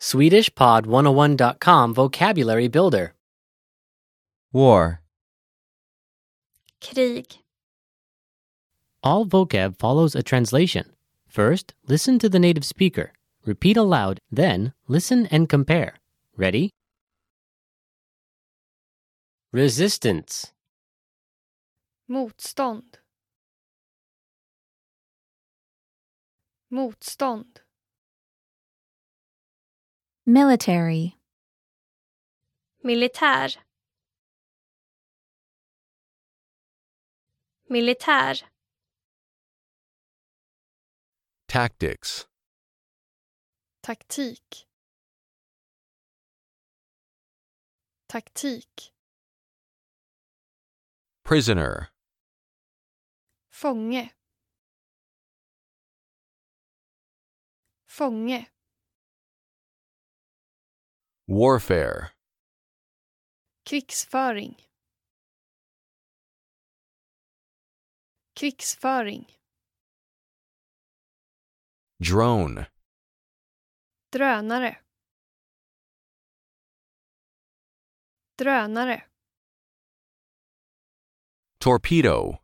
SwedishPod101.com Vocabulary Builder. War. krig, All vocab follows a translation. First, listen to the native speaker. Repeat aloud, then, listen and compare. Ready? Resistance. motstånd. Motstånd, Military. militär. Militär, Tactics. Taktik. Taktik. Prisoner. Fånge. Fånge. Warfare. Krigsföring. Krigsföring. Drone. Drönare. Drönare. Torpedo.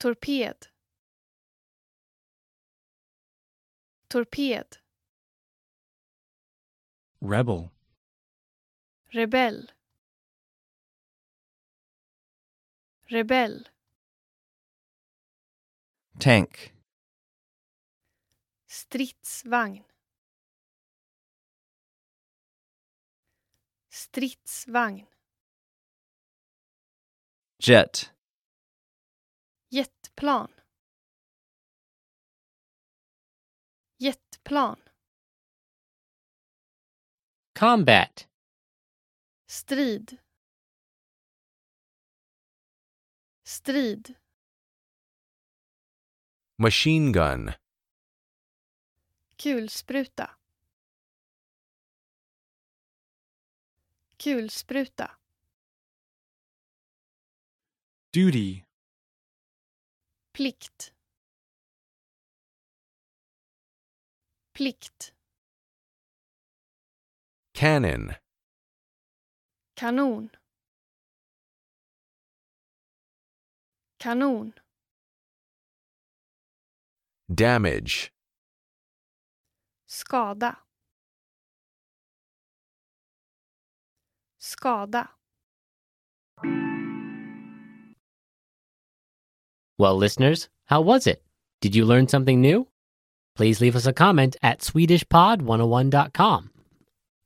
Torped. Torped. Rebel. Rebell. Rebell. Tank. Stridsvagn. Stridsvagn. Jet. Jetplan. Jetplan. Combat. Strid. Strid. Machine gun. Kulspruta. Kulspruta. Duty. Plikt. Plikt. Cannon. Kanon. Kanon. Damage. Skada. Skada. Well, listeners, how was it? Did you learn something new? oh Please leave us a comment at SwedishPod101.com.